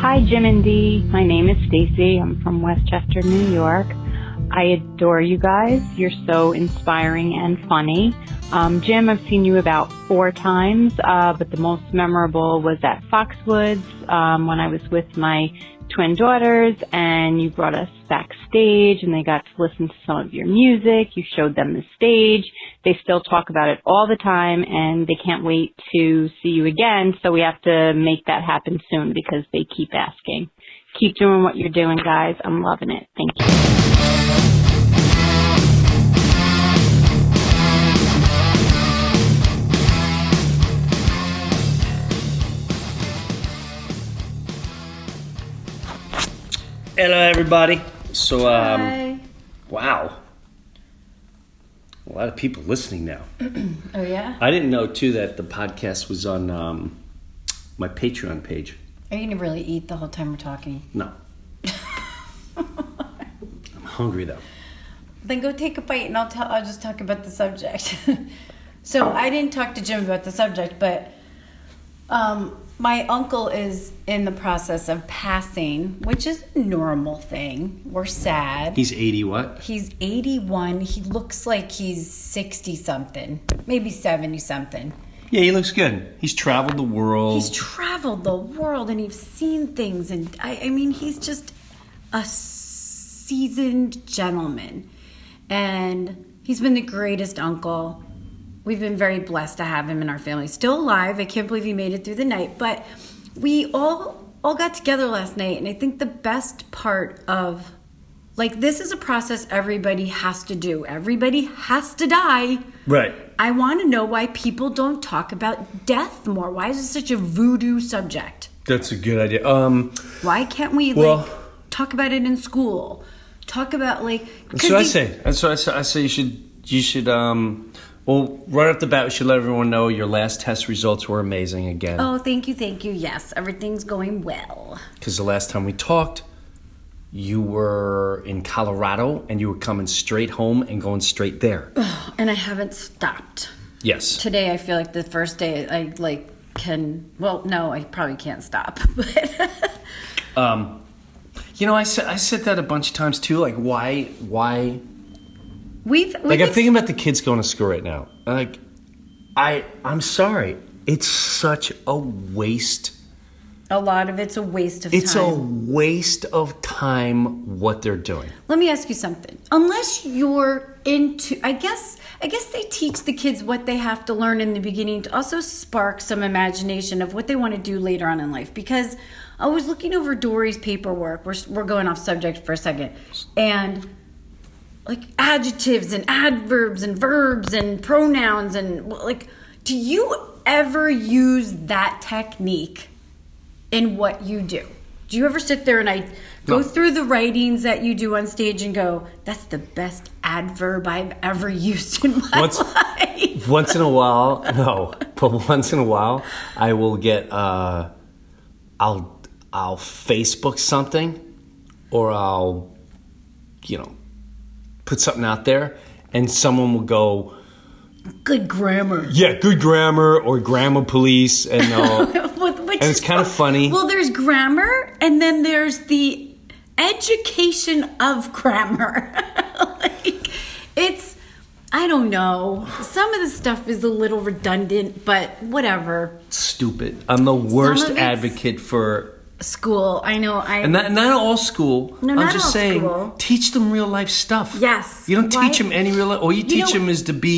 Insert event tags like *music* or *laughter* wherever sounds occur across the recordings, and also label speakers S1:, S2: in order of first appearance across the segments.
S1: Hi, Jim and Dee. My name is Stacy. I'm from Westchester, New York. I adore you guys. You're so inspiring and funny. Um, Jim, I've seen you about four times, uh, but the most memorable was at Foxwoods um, when I was with my twin daughters, and you brought us backstage, and they got to listen to some of your music. You showed them the stage. They still talk about it all the time, and they can't wait to see you again. So we have to make that happen soon because they keep asking. Keep doing what you're doing, guys. I'm loving it. Thank you.
S2: Hello, everybody. So, um, wow, a lot of people listening now.
S3: Oh yeah.
S2: I didn't know too that the podcast was on um, my Patreon page.
S3: Are you gonna really eat the whole time we're talking? *laughs*
S2: No, I'm hungry though.
S3: Then go take a bite, and I'll tell. I'll just talk about the subject. *laughs* so I didn't talk to Jim about the subject, but um, my uncle is in the process of passing, which is a normal thing. We're sad.
S2: He's 80 what?
S3: He's 81. He looks like he's 60 something, maybe 70 something.
S2: Yeah, he looks good. He's traveled the world.
S3: He's traveled the world and he's seen things, and I, I mean, he's just a seasoned gentleman. And he's been the greatest uncle. We've been very blessed to have him in our family. Still alive. I can't believe he made it through the night. But we all all got together last night, and I think the best part of like this is a process everybody has to do. Everybody has to die.
S2: right.
S3: I want to know why people don't talk about death more. Why is it such a voodoo subject?
S2: That's a good idea. Um,
S3: Why can't we
S2: Well-
S3: like talk about it in school? Talk about like. 'cause
S2: that's what I
S3: the-
S2: say. That's what I say. I say you should. You should. Um, well, right off the bat, we should let everyone know your last test results were amazing again.
S3: Oh, thank you, thank you. Yes, everything's going well.
S2: Because the last time we talked, you were in Colorado and you were coming straight home and going straight there.
S3: And I haven't stopped.
S2: yes.
S3: Today, I feel like the first day I like can. Well, no, I probably can't stop. *laughs* But
S2: Um, you know, I said I said that a bunch of times too. Like, why, why?
S3: we've, we've
S2: Like, I'm
S3: ex-
S2: thinking about the kids going to school right now. Like, I, I'm sorry, it's such a waste.
S3: a lot of it's a waste of
S2: It's
S3: time.
S2: a waste of time what they're doing.
S3: Let me ask you something. Unless you're into I guess I guess they teach the kids what they have to learn in the beginning to also spark some imagination of what they want to do later on in life because I was looking over Dory's paperwork. We're we're going off subject for a second. And like adjectives and adverbs and verbs and pronouns and like do you ever use that technique in what you do do you ever sit there and i go
S2: No.
S3: through the writings that you do on stage and go that's the best adverb i've ever used in my
S2: Once-
S3: life
S2: once in a while, no, but once in a while, I will get uh, I'll I'll Facebook something, or I'll you know put something out there, and someone will go,
S3: good grammar
S2: yeah, good grammar or grammar police, and
S3: *laughs*
S2: they'll,
S3: Which
S2: And it's
S3: is-
S2: kinda funny.
S3: well there's grammar and then there's the education of grammar *laughs* like it's i don't know some of the stuff is a little redundant but whatever
S2: stupid. I'm the worst
S3: of it's-
S2: advocate for.
S3: school i know i
S2: And not, not all school.
S3: No,
S2: I'm
S3: not
S2: just
S3: all
S2: saying,
S3: school.
S2: teach them real life stuff.
S3: Yes.
S2: You don't
S3: Why-
S2: teach them any real life. All you teach
S3: know-
S2: them is to be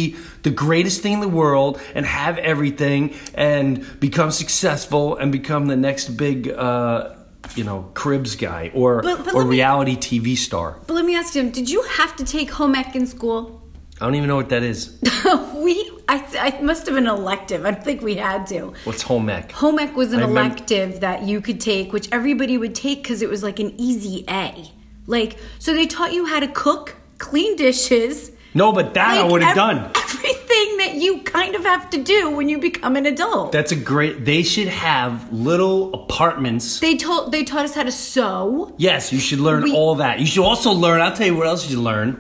S2: the greatest thing in the world and have everything and become successful and become the next big, uh, you know, cribs guy or
S3: But- but
S2: or
S3: let me-
S2: reality TV star.
S3: but let me ask you did you have to take home ec in school
S2: I don't even know what that is.
S3: *laughs* we I, I must have been elective i don't think we had to
S2: What's home ec?
S3: Home ec was an
S2: I remem-
S3: elective that you could take, which everybody would take because it was like an easy A. Like, so they taught you how to cook, clean dishes.
S2: No, but that I
S3: like,
S2: would have
S3: ev-
S2: done.
S3: Everything that you kind of have to do when you become an adult.
S2: That's a great. They should have little apartments.
S3: they told they taught us how to sew.
S2: Yes, you should learn
S3: We-
S2: all that. You should also learn. I'll tell you what else you should learn.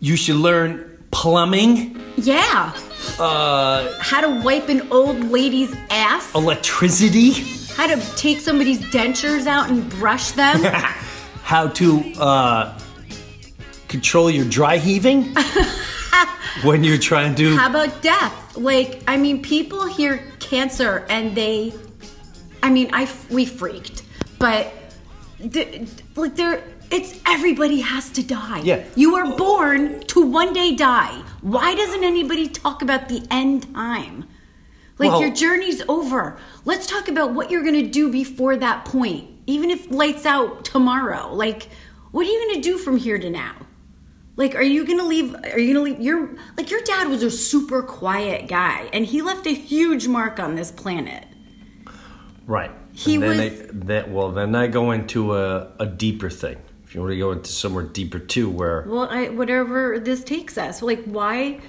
S2: You should learn plumbing,
S3: Yeah.
S2: uh,
S3: How to wipe an old lady's ass.
S2: Oh. electricity. *laughs*
S3: how to take somebody's dentures out and brush them.
S2: How to uh, control your dry
S3: *laughs*
S2: heaving when you're trying to.
S3: How about death? Like, I mean, people hear cancer and they, I mean, I f- we freaked, but d- like there, it's everybody has to die.
S2: Yeah.
S3: you are born to one day die. Why doesn't anybody talk about the end time? Like
S2: Well-
S3: your journey's over. Let's talk about what you're gonna do before that point. Even if lights out tomorrow, like, what are you gonna do from here to now? Like, are you gonna leave? Are you gonna leave? Your like your dad was a super quiet guy, and he left a huge mark on this planet.
S2: Right.
S3: He
S2: and then
S3: was-
S2: They, that, well, then I go into a, a deeper thing. If you want to go into somewhere deeper too, where
S3: Well, I, whatever this takes us, like, why?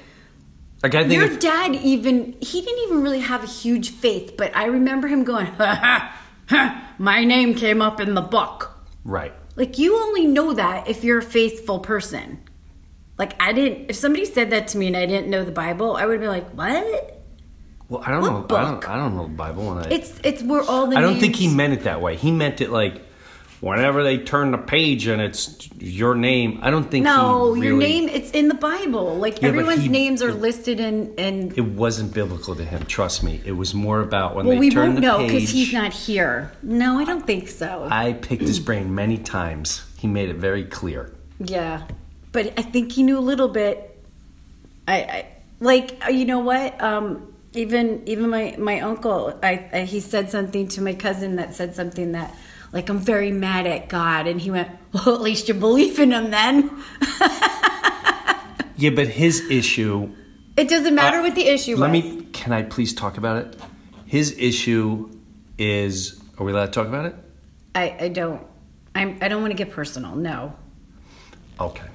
S2: like I think
S3: Your
S2: if,
S3: dad even he didn't even really have a huge faith, but I remember him going, *laughs* ha, ha, ha, "My name came up in the book."
S2: right.
S3: Like, you only know that if you're a faithful person. Like, I didn't. If somebody said that to me and I didn't know the Bible, I would be like, "What?"
S2: Well, I don't know.
S3: What
S2: I
S3: book?
S2: don't. I don't know the Bible, and I.
S3: It's it's we're all the.
S2: I don't think
S3: names-
S2: he meant it that way. He meant it like whenever they turn the page and it's your name. I don't think
S3: No,
S2: he
S3: your
S2: really-
S3: name it's in the Bible. Like
S2: Yeah, but
S3: everyone's
S2: he-
S3: names are listed in and
S2: It wasn't biblical to him. Trust me. It was more about when
S3: well,
S2: they
S3: we
S2: turn
S3: won't
S2: the
S3: know
S2: page.
S3: because he's not here. No, I don't think so.
S2: I picked his brain many times. He made it very clear.
S3: yeah, but I think he knew a little bit. I, I like uh, you know what? Um, even even my my uncle, I, I he said something to my cousin that said something that like I'm very mad at God, and he went, *laughs* "Well, at least you believe in him then."
S2: Yeah, but his issue
S3: It doesn't matter
S2: Uh,
S3: what the issue
S2: Let
S3: was.
S2: me. Can I please talk about it? His issue is. Are we allowed to talk about it?
S3: I I don't. I'm, I don't want to get personal. No.
S2: Okay.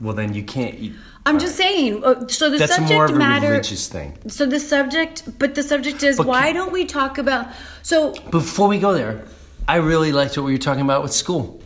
S2: Well, then you can't. You,
S3: I'm just saying. uh, So the
S2: that's
S3: subject
S2: more of a
S3: matter.
S2: religious thing.
S3: So the subject, but the subject is
S2: But
S3: why
S2: can-
S3: don't we talk about? So
S2: Before we go there, I really liked what we were talking about with school.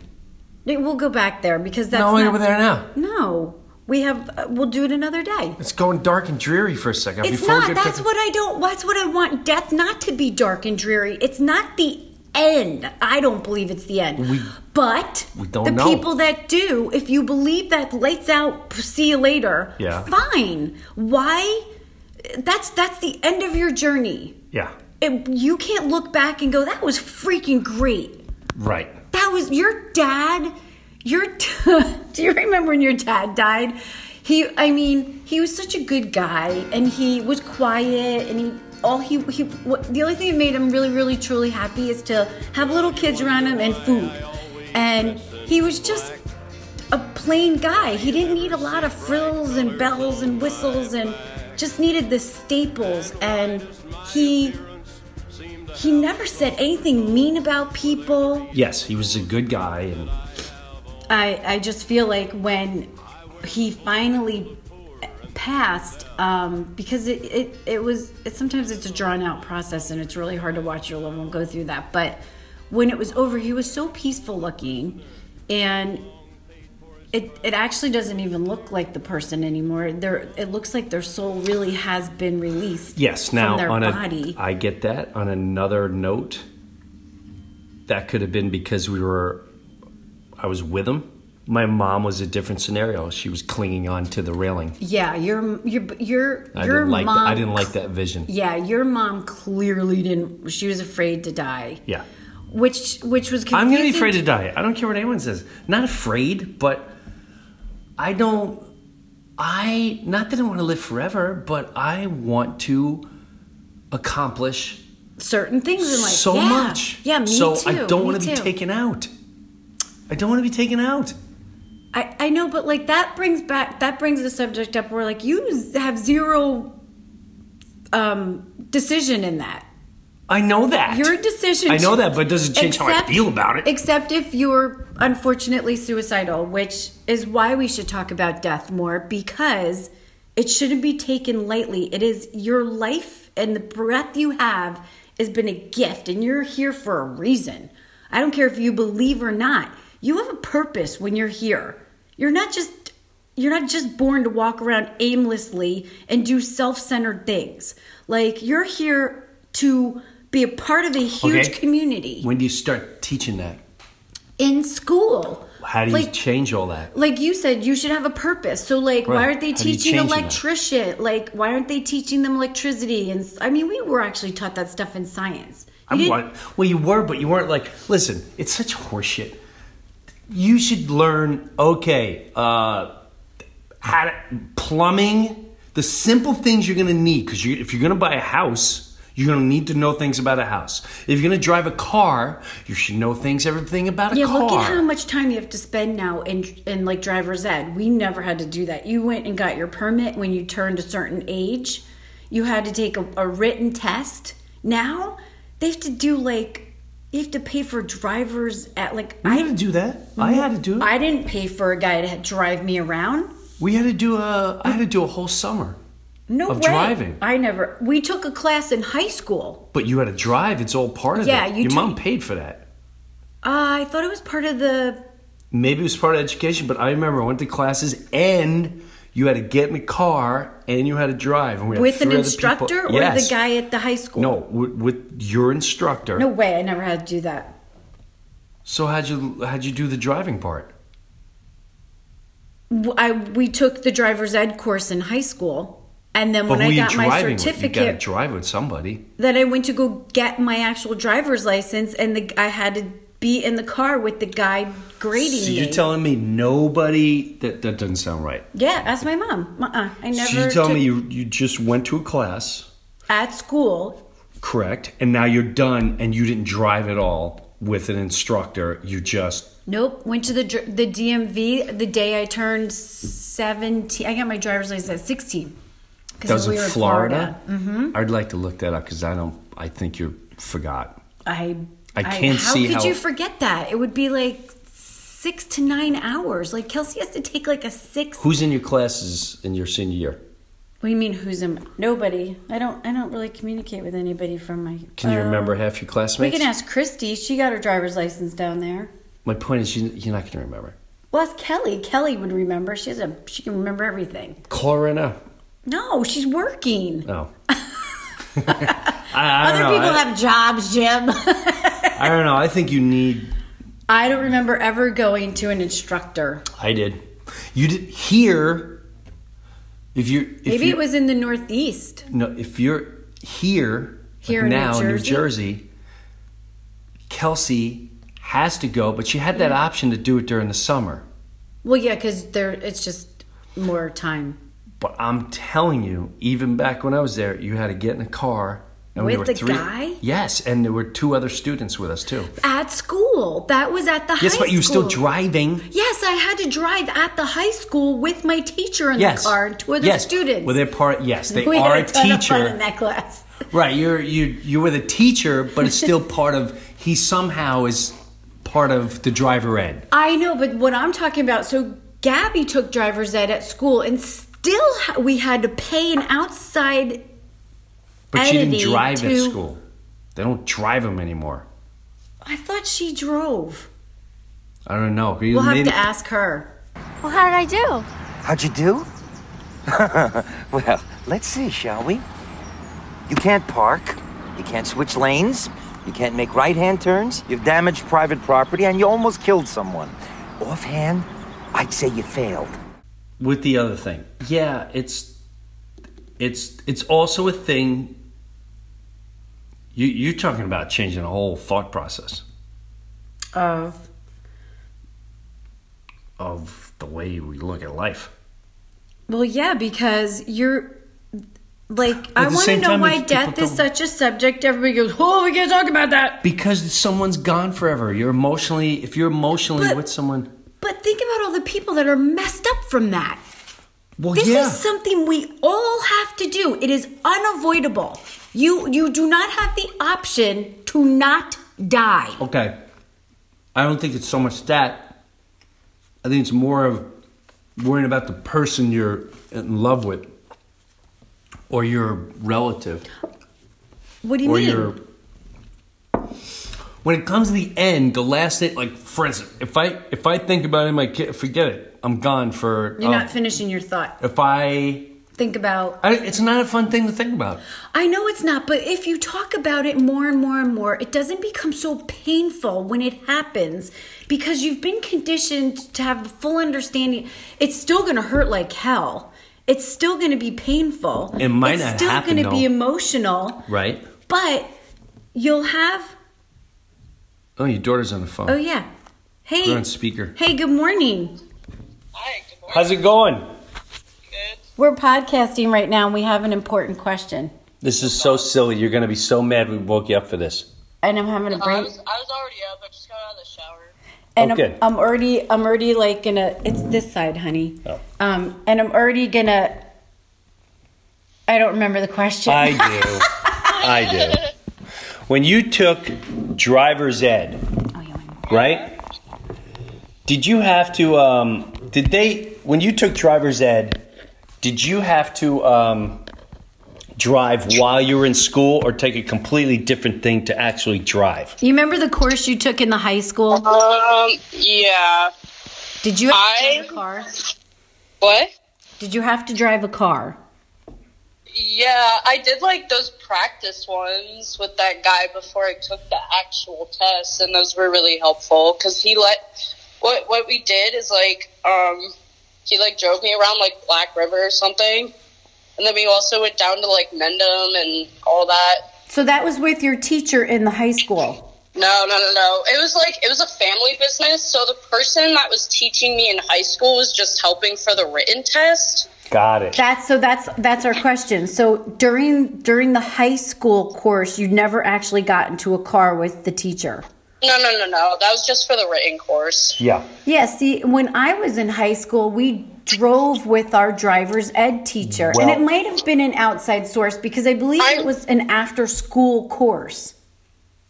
S3: we'll go back there because that's
S2: no, we're
S3: not-
S2: over there now.
S3: No, we have. Uh, we'll do it another day.
S2: It's going dark and dreary for a second.
S3: It's
S2: Before we
S3: not.
S2: get to-
S3: That's what I don't. That's what I want. Death not to be dark and dreary. It's not the end. I don't believe it's the end.
S2: We-
S3: but
S2: we don't
S3: the
S2: know.
S3: people that do, if you believe that lights out, see you later.
S2: Yeah.
S3: Fine. Why? That's that's the end of your journey.
S2: Yeah.
S3: It, you can't look back and go, "That was freaking great."
S2: Right.
S3: That was your dad. Your d- *laughs* do you remember when your dad died? He, I mean, he was such a good guy, and he was quiet, and he all he he. What, the only thing that made him really, really, truly happy is to have little kids around him and food, and he was just a plain guy. He didn't need a lot of frills and bells and whistles, and just needed the staples, and he. He never said anything mean about people.
S2: Yes, he was a good guy, and
S3: I, I just feel like when he finally passed, um, because it, it, it was, it, sometimes it's a drawn out process and it's really hard to watch your loved one go through that. But when it was over, he was so peaceful looking and it, it actually doesn't even look like the person anymore. There, it looks like their soul really has been released.
S2: yes.
S3: from
S2: Now
S3: their
S2: on
S3: body.
S2: a, I get that. On another note, that could have been because we were, I was with him. My mom was a different scenario. She was clinging on to the railing.
S3: yeah, your your your
S2: I
S3: your
S2: didn't like.
S3: mom.
S2: that. I didn't like that vision.
S3: Yeah, your mom clearly didn't. She was afraid to die.
S2: Yeah.
S3: which which was confusing.
S2: I'm gonna be afraid to die. I don't care what anyone says. Not afraid, but I don't. I not that I want to live forever, but I want to accomplish
S3: certain things in life.
S2: so
S3: yeah.
S2: much.
S3: Yeah, me
S2: so
S3: too.
S2: I don't
S3: me
S2: want to be
S3: too.
S2: taken out. I don't want to be taken out.
S3: I I know, but like that brings back that brings the subject up where like you z- have zero um decision in that.
S2: I know that
S3: Your decision.
S2: I know that, but it doesn't change how I feel about it.
S3: Except if you're unfortunately suicidal, which is why we should talk about death more because it shouldn't be taken lightly. It is your life and the breath you have has been a gift, and you're here for a reason. I don't care if you believe or not. You have a purpose when you're here. You're not just you're not just born to walk around aimlessly and do self centered things. Like, you're here to be a part of a huge
S2: Okay.
S3: community
S2: When do you start teaching that?
S3: in school.
S2: How do you
S3: like,
S2: change all that?
S3: like you said, you should have a purpose. So, like,
S2: Right.
S3: why aren't they
S2: How do you
S3: teaching
S2: change that?
S3: electrician? Like, why aren't they teaching them electricity? And s- I mean, we were actually taught that stuff in science. You
S2: I'm
S3: didn't-
S2: what? Well, you were, but you weren't like. Listen, it's such horseshit. You should learn. Okay, uh, how to, plumbing, the simple things you're gonna need. Because you, if you're gonna buy a house, you're gonna need to know things about a house. If you're gonna drive a car, you should know things, everything about a
S3: Yeah,
S2: car.
S3: look at how much time you have to spend now in in like driver's ed. We never had to do that. You went and got your permit when you turned a certain age. You had to take a, a written test. Now they have to do like you have to pay for drivers at like
S2: we had
S3: I
S2: to do that. I had to do it.
S3: Mm-hmm. I didn't pay for a guy to drive me around.
S2: we had to do a. I had to do a whole summer.
S3: No
S2: Of
S3: way.
S2: driving.
S3: I never. We took a class in high school.
S2: But you had to drive. It's all part of
S3: Yeah,
S2: it.
S3: you
S2: Your
S3: took-
S2: mom paid for that.
S3: Uh, I thought it was part of the
S2: maybe it was part of education, but I remember I went to classes and you had to get in the car and you had to drive. And we had
S3: with an
S2: three other people-
S3: instructor or
S2: Yes.
S3: the guy at the high school.
S2: No, with, with your instructor.
S3: No way. I never had to do that.
S2: So how'd you how'd you do the driving part?
S3: w- I we took the driver's ed course in high school, and then when
S2: who
S3: I
S2: you
S3: got my
S2: driving With? You got
S3: certificate,
S2: to drive with somebody.
S3: then I went to go get my actual driver's license, and the, I had to be in the car with the guy grading
S2: So
S3: me.
S2: you're telling me nobody that that doesn't sound right.
S3: yeah, ask my mom. Uh-uh, I never.
S2: so you tell
S3: took-
S2: me you you just went to a class,
S3: at school.
S2: correct? And now you're done and you didn't drive at all with an instructor. You just
S3: Nope. Went to the dr- the DMV the day I turned seventeen. I got my driver's license at sixteen. 'cause
S2: That was
S3: we
S2: in
S3: were
S2: Florida. Mm-hmm. I'd like to look that up because I don't. I think you forgot.
S3: I
S2: I can't
S3: how
S2: see
S3: could
S2: how-
S3: you forget that? It would be like six to nine hours. Like Kelsey has to take like a six.
S2: Who's in your classes in your senior year?
S3: What do you mean? Who's in? Nobody. I don't. I don't really communicate with anybody from my.
S2: Can you
S3: Uh,
S2: remember half your
S3: We
S2: classmates?
S3: can ask Christy. She got her driver's license down there.
S2: My point is, you, you're not going to remember.
S3: Well, ask Kelly. Kelly would remember. She has a. She can remember everything.
S2: Call her now.
S3: No, she's working.
S2: No. I, I don't
S3: Other
S2: know.
S3: people
S2: I,
S3: have jobs, Jim.
S2: *laughs* I don't know. I think you need.
S3: I don't remember ever going to an instructor.
S2: I did. You did here. If you if
S3: Maybe
S2: you,
S3: it was in the Northeast.
S2: No, if you're here,
S3: Here
S2: like
S3: in New
S2: now in New
S3: Jersey?
S2: Jersey, Kelsey has to go, but she had that
S3: Mm-hmm.
S2: option to do it during the summer.
S3: Well, yeah, because there it's just more time
S2: But I'm telling you, even back when I was there, you had to get in a car. And
S3: With the guy?
S2: Yes, and there were two other students with us too.
S3: at school. That was at the
S2: Yes,
S3: high
S2: but you were still
S3: school.
S2: driving.
S3: Yes, I had to drive at the high school with my teacher in
S2: Yes,
S3: the car and two other
S2: yes.
S3: students.
S2: Well, they're part. Yes, they
S3: *laughs* we
S2: are
S3: had a ton
S2: a
S3: of fun in
S2: teacher.
S3: that class. *laughs*
S2: Right, you're you you were the teacher, but it's still part of. He somehow is part of the driver ed.
S3: I know, but what I'm talking about. So Gabby took driver's ed at school, and still ha- we had to pay an outside.
S2: But she didn't
S3: entity
S2: drive at
S3: to-
S2: school. They don't drive them anymore.
S3: I thought she drove.
S2: I don't know.
S3: We'll have to ask her.
S4: Well, how did I do?
S5: How'd you do? *laughs* well, let's see, shall we? You can't park. You can't switch lanes. You can't make right hand turns. You've damaged private property and you almost killed someone. Offhand, I'd say you failed.
S2: with the other thing. Yeah, it's it's it's also a thing. You you're talking about changing the whole thought process
S3: Of
S2: of the way we look at life.
S3: Well, yeah, because you're like I
S2: the
S3: want to
S2: same
S3: know
S2: time,
S3: why
S2: if people
S3: death is
S2: don't-
S3: such a subject. Everybody goes, "Oh, we can't talk about that."
S2: Because someone's gone forever. You're emotionally if you're emotionally
S3: But-
S2: with someone.
S3: But think about all the people that are messed up from that.
S2: Well,
S3: This
S2: yeah.
S3: is something we all have to do. It is unavoidable. You you do not have the option to not die.
S2: Okay. I don't think it's so much that. I think it's more of worrying about the person you're in love with or your relative
S3: What do you
S2: or
S3: mean?
S2: your when it comes to the end the last day like for instance if i if i think about it in my kid forget it i'm gone for
S3: You're
S2: uh,
S3: not finishing your thought.
S2: if i
S3: think about
S2: I, it's not a fun thing to think about.
S3: I know it's not, but if you talk about it more and more and more, it doesn't become so painful when it happens because you've been conditioned to have a full understanding. It's still going to hurt like hell. It's still going to be painful.
S2: It might
S3: it's
S2: not
S3: still
S2: happen,
S3: gonna be
S2: though.
S3: emotional,
S2: Right?
S3: but you'll have.
S2: Oh, your daughter's on the phone.
S3: Oh yeah. Hey.
S2: Put her on speaker.
S3: Hey. Good morning.
S4: Hi, good morning.
S2: How's it going?
S4: Good.
S3: We're podcasting right now, and we have an important question.
S2: This is so silly. You're going to be so mad we woke you up for this.
S3: And I'm
S2: Um,
S3: having a
S4: I
S3: brain.
S4: was I was already up. I just got out of the shower.
S3: and
S2: Oh,
S3: I'm,
S2: good.
S3: I'm already I'm already like gonna it's this side, honey.
S2: Oh.
S3: Um, and I'm already gonna. I don't remember the question.
S2: I do. *laughs* I do. When you took driver's ed,
S3: oh, yeah, wait a minute.
S2: right? Did you have to? Um, did they? When you took driver's ed, did you have to um, drive while you were in school, or take a completely different thing to actually drive?
S3: you remember the course you took in the high school?
S4: Um, yeah.
S3: Did you have to drive
S4: I-
S3: a car?
S4: What?
S3: Did you have to drive a car?
S4: Yeah, I did like those practice ones with that guy before I took the actual test, and those were really helpful because he let what what we did is like um he like drove me around like Black River or something, and then we also went down to like Mendham and all that.
S3: So that was with your teacher in the high school.
S4: No, no, no, no. It was like it was a family business. So the person that was teaching me in high school was just helping for the written test.
S2: Got it.
S3: That's so that's that's our question. So during during the high school course, you never actually got into a car with the teacher.
S4: No, no, no, no. That was just for the written course.
S2: Yeah.
S3: Yeah, see, when I was in high school, we drove with our driver's ed teacher, and
S2: Well-
S3: it might have been an outside source because I believe
S4: I-
S3: it was an after school course.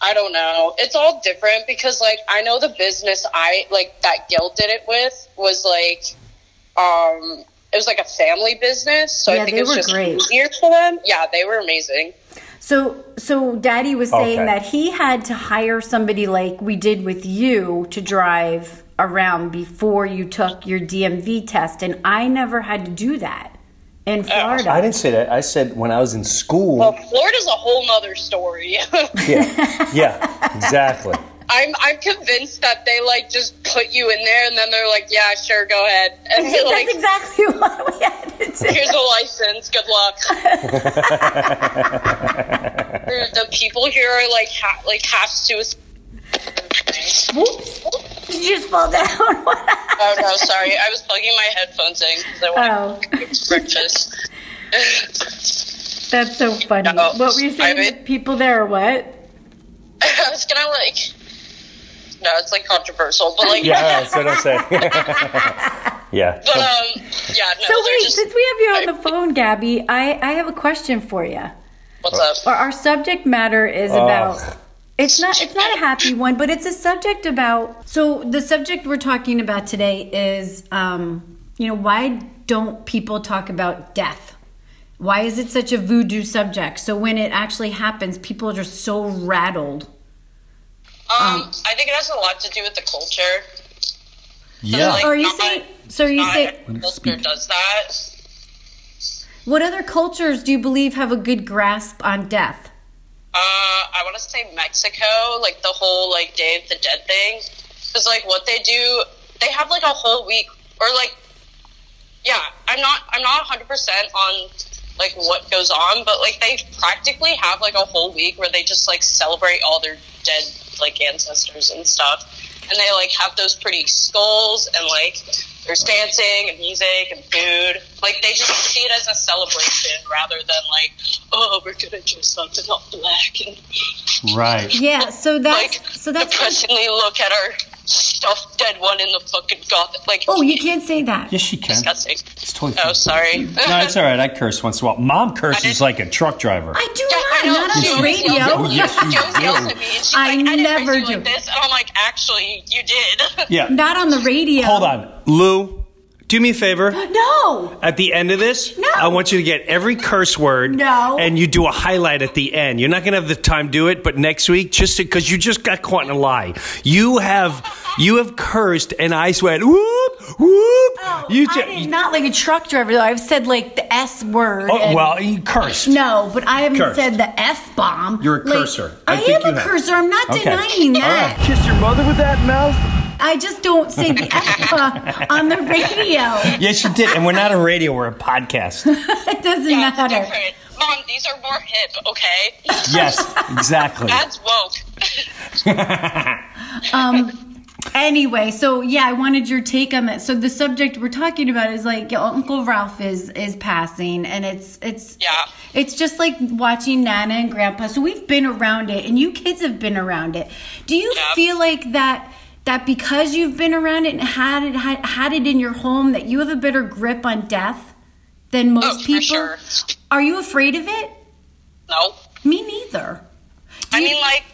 S4: I don't know. It's all different because like I know the business I like that Gil did it with was like um it was like a family business. So
S3: Yeah,
S4: I think
S3: they
S4: it was
S3: were
S4: just
S3: great.
S4: easier for them. Yeah, they were amazing.
S3: So, so Daddy was saying
S2: Okay.
S3: that he had to hire somebody like we did with you to drive around before you took your DMV test, and I never had to do that in Florida.
S2: I didn't say that. I said when I was in school.
S4: Well, Florida's a whole nother story. *laughs*
S2: yeah. Yeah. Exactly.
S4: I'm I'm convinced that they like just put you in there and then they're like, yeah, sure, go ahead. *laughs* And they're
S3: That's
S4: like,
S3: exactly *laughs* what we had to do.
S4: here's a license.
S3: *laughs*
S4: Good luck. the the people here are like ha- like half suicide.
S3: Whoops! Did you just fall down? *laughs*
S4: Oh no, sorry. I was plugging my headphones in because I wanted
S3: oh.
S4: to get *laughs* breakfast.
S3: That's so funny.
S4: No,
S3: what were you saying?
S4: I mean-
S3: the people there, or what?
S4: I was gonna like. No, it's like controversial, but like,
S2: Yeah. That's what I'm saying. *laughs* yeah.
S4: but um, yeah, no.
S3: So
S4: they're
S3: wait,
S4: just,
S3: since we have you on the phone, Gabby, I, I have a question for you.
S4: what's up?
S3: Our, our subject matter is
S2: Ugh.
S3: about. It's not it's not a happy one, but it's a subject about. So the subject we're talking about today is, um, you know, why don't people talk about death? Why is it such a voodoo subject? So when it actually happens, people are just so rattled.
S4: Um, I think it has a lot to do with the culture.
S2: Yeah.
S4: Like,
S3: are you
S4: not-
S3: saying? So are you
S4: Not
S3: saying?
S4: every culture does that.
S3: What other cultures do you believe have a good grasp on death?
S4: Uh, I want to say Mexico, like the whole like Day of the Dead thing, because like what they do, they have like a whole week or like, yeah, I'm not I'm not 100 percent on like what goes on, but like they practically have like a whole week where they just like celebrate all their dead like ancestors and stuff, and they like have those pretty skulls and like there's dancing and music and food. Like they just see it as a celebration rather than like, oh, we're gonna dress up in all black and
S2: Right.
S3: Yeah, so that's
S4: Oh, like
S3: so that's.
S4: depressingly look at our stuffed dead one in the fucking gothic. Like
S3: Oh, you can't say that.
S2: Yes, she can.
S4: disgusting.
S2: It's totally
S4: Oh,
S2: fine.
S4: sorry.
S2: No, it's all right. I curse once in a while. Mom curses
S4: didn't-
S2: like a truck driver.
S3: I do
S4: Yeah, *laughs* I know.
S3: not. Not on
S4: Joe
S3: the
S4: always yells at
S3: radio.
S4: me.
S2: Oh, yes, you
S4: Joe yells
S2: do.
S4: at me, and she's
S3: I
S4: like, I didn't
S3: never
S4: raise you
S3: do.
S4: like this, and I'm like, actually, you did. *laughs*
S2: yeah.
S3: Not on the radio.
S2: Hold on, Lou.
S6: Do me a favor.
S3: No.
S6: At the end of this,
S3: No.
S6: I want you to get every curse word.
S3: No.
S6: And you do a highlight at the end. You're not going to have the time to do it, but next week, just because you just got caught in a lie. You have you have cursed, and I sweat. Whoop, whoop. you
S3: Oh, I did not like a truck driver though. I've said like the S word.
S6: Oh,
S3: and-
S6: well, you cursed.
S3: No, but I haven't
S6: Cursed.
S3: said the F bomb.
S6: You're a
S3: Like,
S6: cursor. I
S3: I,
S6: think you
S3: am a
S6: have.
S3: cursor. I'm not
S6: Okay.
S3: denying that.
S5: Kiss your mother with that mouth?
S3: I just don't say the F bomb on the radio.
S6: Yes, you did. And we're not a radio, we're a podcast.
S3: It doesn't
S4: Yeah, it's
S3: matter.
S4: different. Mom, these are more hip, okay?
S6: Yes,
S3: *laughs*
S6: exactly.
S4: That's woke. *laughs*
S3: Anyway, so yeah, I wanted your take on that. So the subject we're talking about is like your Uncle Ralph is is passing, and it's it's
S4: Yeah.
S3: it's just like watching Nana and Grandpa. So we've been around it, and you kids have been around it. Do you
S4: Yeah.
S3: feel like that that because you've been around it and had it had, had it in your home that you have a better grip on death than most
S4: Oh, for
S3: people?
S4: sure.
S3: Are you afraid of it?
S4: no.
S3: Me neither. Do
S4: I
S3: you-
S4: mean, like,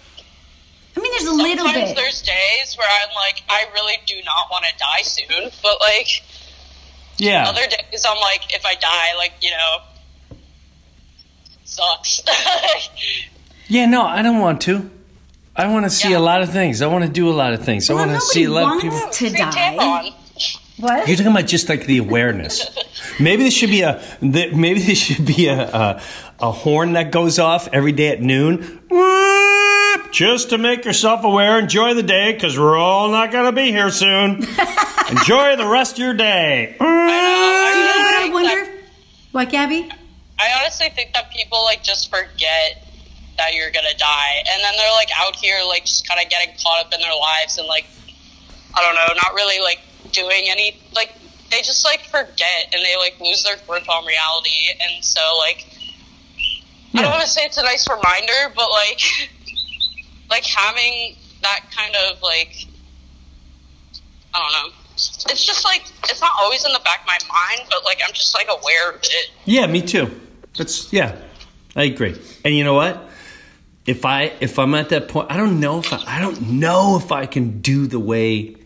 S3: I mean, there's a little
S4: sometimes
S3: bit.
S4: there's days where I'm like, I really do not want to die soon, but like,
S6: yeah.
S4: other days I'm like, if I die, like, you know, sucks. *laughs*
S6: Yeah, no, I don't want to. I want to see
S4: Yeah.
S6: a lot of things. I want to do a lot of things. I
S3: Well,
S6: want to
S3: nobody
S6: see a lot of people.
S3: wants to
S4: Free
S3: die.
S4: tampon.
S3: What?
S6: You're talking about just like the awareness.
S3: *laughs*
S6: maybe there should be a th- maybe there should be a, a a horn that goes off every day at noon. Whoop! Just to make yourself aware. Enjoy the day because we're all not going to be
S3: *laughs*
S6: here soon. Enjoy the rest of your day.
S4: I
S3: You know
S4: really
S3: what I
S4: think
S3: wonder?
S4: that-
S3: What, Gabby?
S4: I honestly think that people like just forget that you're gonna die, and then they're like out here like just kind of getting caught up in their lives and like I don't know, not really like doing any like they just like forget and they like lose their grip on reality, and so like I don't want to say it's a nice reminder, but like *laughs* like having that kind of like I don't know. It's just like it's not always in the back of my mind, but like I'm just like aware of it.
S6: Yeah, me too. That's yeah, I agree. And you know what? If I if I'm at that point, I don't know if I, I don't know if I can do the way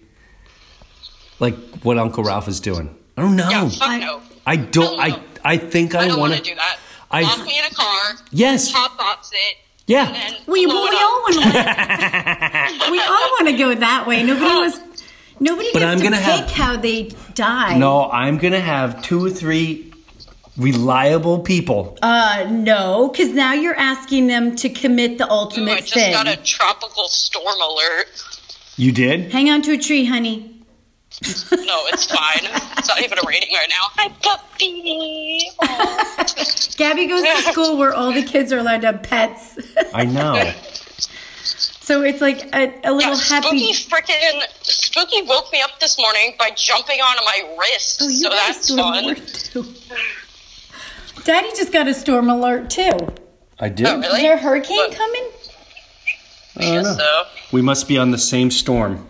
S6: like what Uncle Ralph is doing. I don't know.
S4: Yeah, fuck
S3: I-
S4: no.
S6: I don't.
S4: I don't
S6: I
S4: know.
S6: I think
S4: I
S6: I,
S4: don't
S6: want to
S4: do that.
S6: I-
S4: Lock me in a car.
S6: Yes.
S4: Top box it.
S6: Yeah.
S4: And then
S3: We, well,
S4: blow it
S3: we
S4: up.
S3: all want to. we all want to go that way. Nobody was. Nobody
S6: But
S3: gets
S6: I'm
S3: to
S6: gonna
S3: pick
S6: have-
S3: how they die.
S6: No, I'm gonna have two or three reliable people.
S3: uh, no, because now you're asking them to commit the
S4: Ooh, I
S3: ultimate
S4: just
S3: sin.
S4: got a tropical storm alert.
S6: you did?
S3: Hang on to a tree, honey.
S4: No, it's fine. it's not even a rating right now. Hi, puppy.
S3: Gabby goes
S4: *laughs*
S3: to school where all the kids are allowed to have pets, *laughs*
S6: I know.
S3: so it's like a, a little
S4: Yeah,
S3: happy.
S4: spooky freaking spooky woke me up this morning by jumping onto my wrist.
S3: Oh, you
S4: so
S3: got a
S4: that's
S3: storm
S4: fun.
S3: alert, too. Daddy just got a storm alert too.
S6: I did.
S4: Oh, really?
S3: Is there a hurricane
S4: Look.
S3: coming?
S4: I guess so.
S6: We must be on the same storm.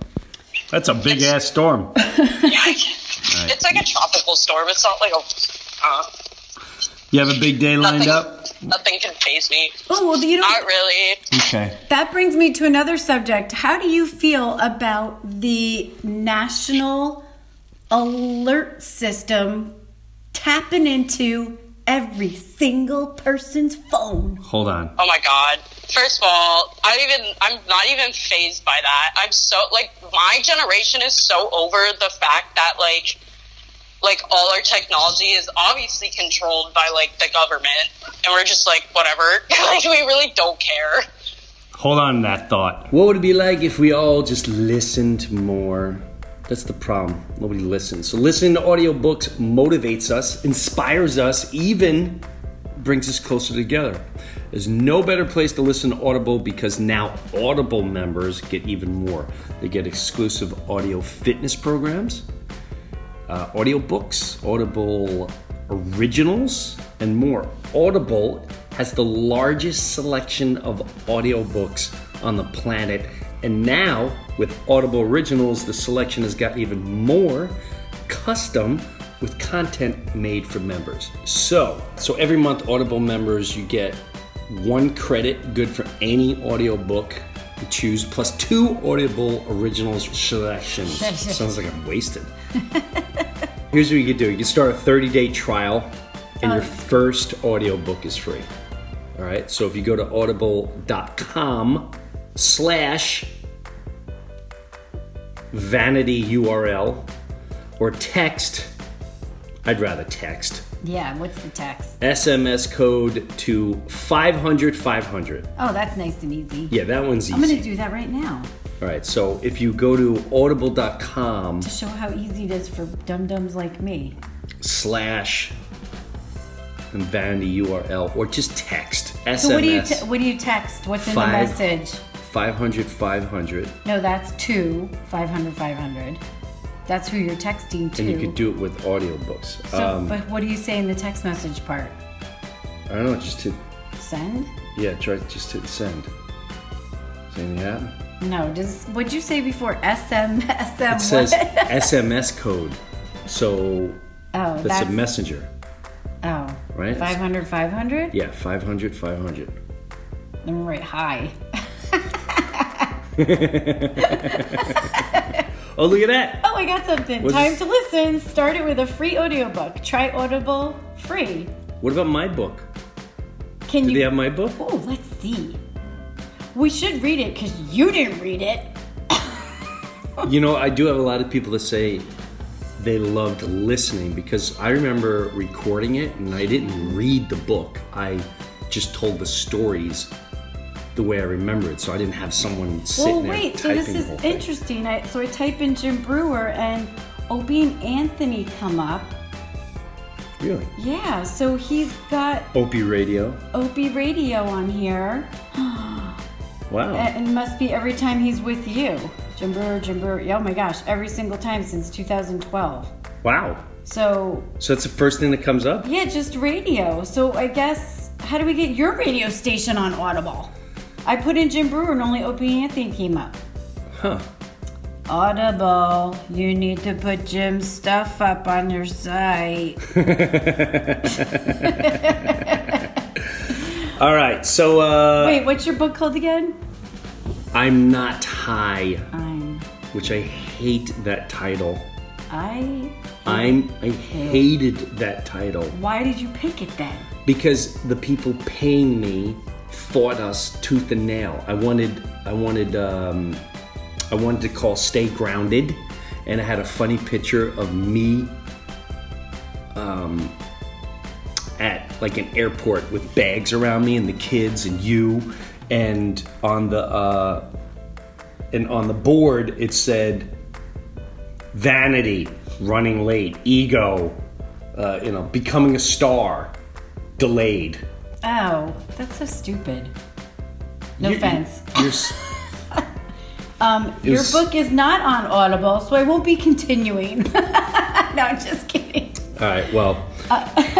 S6: That's a big ass storm.
S4: Yeah, I guess. It's like a tropical storm. It's not like a. Uh,
S6: You have a big day lined
S4: nothing,
S6: up.
S4: nothing can phase me.
S3: Oh well, you don't.
S4: Not really.
S6: Okay.
S3: That brings me to another subject. How do you feel about the national alert system tapping into every single person's phone?
S6: Hold on.
S4: Oh my god. First of all, I don't even I'm not even phased by that. I'm so like my generation is so over the fact that like like all our technology is obviously controlled by like the government and we're just like whatever. *laughs* like we really don't care.
S6: Hold on to that thought.
S2: What would it be like if we all just listened more? That's the problem. Nobody listens. So listening to audiobooks motivates us, inspires us, even brings us closer together. There's no better place to listen to Audible because now Audible members get even more. They get exclusive audio fitness programs, uh, audiobooks, Audible originals, and more. Audible has the largest selection of audiobooks on the planet. And now, with Audible Originals, the selection has gotten even more custom with content made for members. So, so every month Audible members you get one credit good for any audiobook you choose plus two Audible Originals selections. Sounds like I'm wasted.
S6: Here's what you could do you could start a 30 day trial, and
S3: Um.
S6: your first audiobook is free. All right, so if you go to audible.com slash vanity URL or text, I'd rather text,
S3: Yeah, what's the text?
S6: SMS code to 500 500.
S3: Oh, that's nice and easy.
S6: Yeah, that one's easy.
S3: I'm going to do that right now
S6: All right, so if you go to audible.com
S3: to show how easy it is for dum dums like me.
S6: slash vanity URL or just text SMS
S3: So what do you te- what do you text? What's in
S6: Five.
S3: the message?
S6: 500 500.
S3: No, that's two 500 500. That's who you're texting to.
S6: And you could do it with audiobooks.
S3: so,
S6: Um,
S3: but what do you say in the text message part?
S6: I don't know, just hit,
S3: Send?
S6: yeah, try, just hit send. Does
S3: *laughs*
S6: anything happen?
S3: No, does what'd you say before? SM SM
S6: It says
S3: what?
S6: SMS code. So
S3: *laughs* Oh,
S6: that's, a messenger,
S3: Oh.
S6: right?
S3: 500 500?
S6: Yeah, 500 500.
S3: Then we write hi.
S6: *laughs* Oh, look at that.
S3: *laughs* Oh, I got something.
S6: What's
S3: Time
S6: this?
S3: to listen. Start it with a free audiobook. Try Audible free.
S6: What about my book?
S3: Can
S6: Do
S3: you
S6: they have my book?
S3: Oh, let's see. We should read it cuz you didn't read it. *laughs*
S6: You know, I do have a lot of people that say they loved listening because I remember recording it and I didn't read the book. I just told the stories the way I remember it, so I didn't have someone sitting
S3: Well,
S6: there
S3: wait. So
S6: typing
S3: this is
S6: the whole thing.
S3: interesting. I, so I type in Jim Brewer and Opie and Anthony come up.
S6: Really?
S3: Yeah. So he's got
S6: Opie Radio.
S3: Opie Radio on here. *gasps*
S6: Wow.
S3: And it must be every time he's with you. Jim Brewer, Jim Brewer. Oh my gosh, every single time since 2012.
S6: wow.
S3: So,
S6: So that's the first thing that comes up? *laughs*
S3: yeah, just radio. So, I guess, how do we get your radio station on Audible? I put in Jim Brewer and only Opie and Anthony came up.
S6: Huh.
S3: Audible, you need to put Jim's stuff up on your
S6: *laughs*
S3: site.
S6: All right. So uh,
S3: Wait, what's your book called again?
S6: I'm not high,
S3: I'm.
S6: which I hate that title.
S3: I.
S6: I'm I hated that title.
S3: Why did you pick it then?
S6: because the people paying me fought us tooth and nail. I wanted, I wanted, um, I wanted to call "Stay Grounded," and I had a funny picture of me um, at like an airport with bags around me and the kids and you, and on the uh, and on the board it said vanity, running late, ego, uh, you know, becoming a star, delayed.
S3: Oh, that's so stupid. No
S6: You-
S3: offense.
S6: You're, s-
S3: *laughs* Um, your
S6: Is-
S3: book is not on Audible, so I won't be continuing. *laughs* no, I'm just kidding.
S6: all right. Well,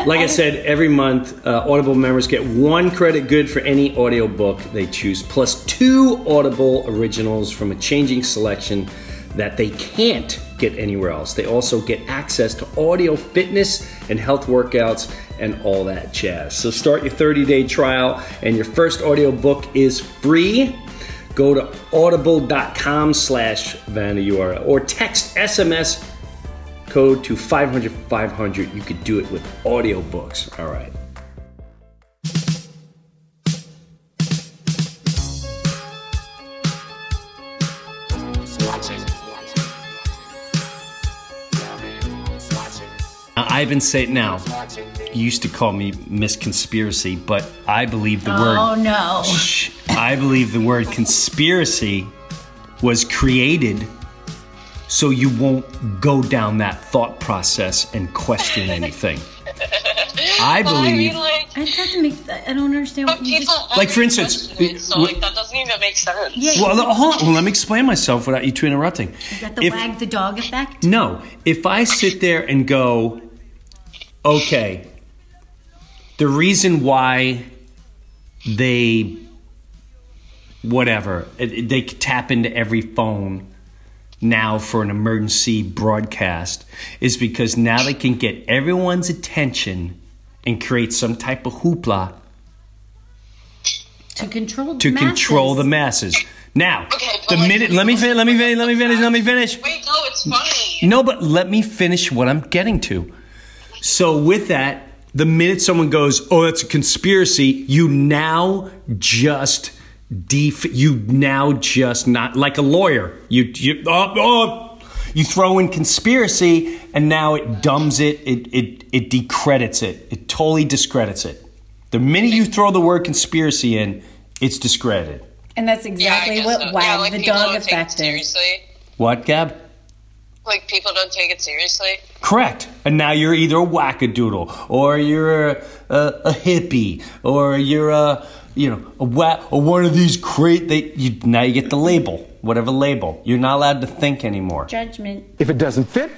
S6: like I said, every month uh, Audible members get one credit good for any audiobook they choose, plus two Audible originals from a changing selection that they can't get anywhere else. They also get access to audio fitness and health workouts and all that jazz. So start your 30-day trial, and your first audiobook is free. go to audible.com slash vandaura or text sms code to 500 500 you could do it with audiobooks all right I've been saying now, you used to call me Miss Conspiracy, but I believe the word.
S3: Oh no.
S6: Shh. I believe the word conspiracy was created so you won't go down that thought process and question anything. I
S4: Well, I
S6: believe,
S4: mean, like,
S3: I just have to make. I don't understand
S4: but
S3: what you
S4: people
S3: just.
S4: have
S6: Like, for
S4: been
S6: instance,
S4: questioning it,
S6: it-
S4: so like that doesn't even make sense.
S3: Yeah,
S6: well, no, hold on, well, let me explain myself without you two interrupting.
S3: is that the
S6: if-
S3: wag the dog effect?
S6: No, if I sit there and go, okay, the reason why they, whatever, it- it- they could tap into every phone now for an emergency broadcast is because now they can get everyone's attention and create some type of hoopla
S3: To control the
S6: to
S3: masses.
S6: control the masses. Now,
S4: Okay, but
S6: the
S4: like-
S6: minute, let me finish, let me finish, let me finish, let me finish.
S4: Wait, no, it's funny.
S6: No, but let me finish what I'm getting to. So, with that, the minute someone goes, "Oh, that's a conspiracy," you now just def- you now just not like a lawyer. You you oh, oh, you throw in conspiracy, and now it dumbs it. It it it decredits it. It totally discredits it. The minute you throw the word conspiracy in, it's discredited.
S3: And that's
S4: Yeah, I
S3: exactly
S4: guess
S3: what
S4: so.
S3: wow
S4: Yeah, like
S3: the
S4: people
S3: dog
S4: don't take it
S3: effect is.
S4: seriously.
S6: What, Gab?
S4: Like people don't take it seriously.
S6: Correct. And now you're either a wackadoodle, or you're a, a, a hippie, or you're a you know a wa- or one of these great. They you, now you get the label, whatever label. You're not allowed to think anymore.
S3: Judgment.
S7: If it doesn't fit,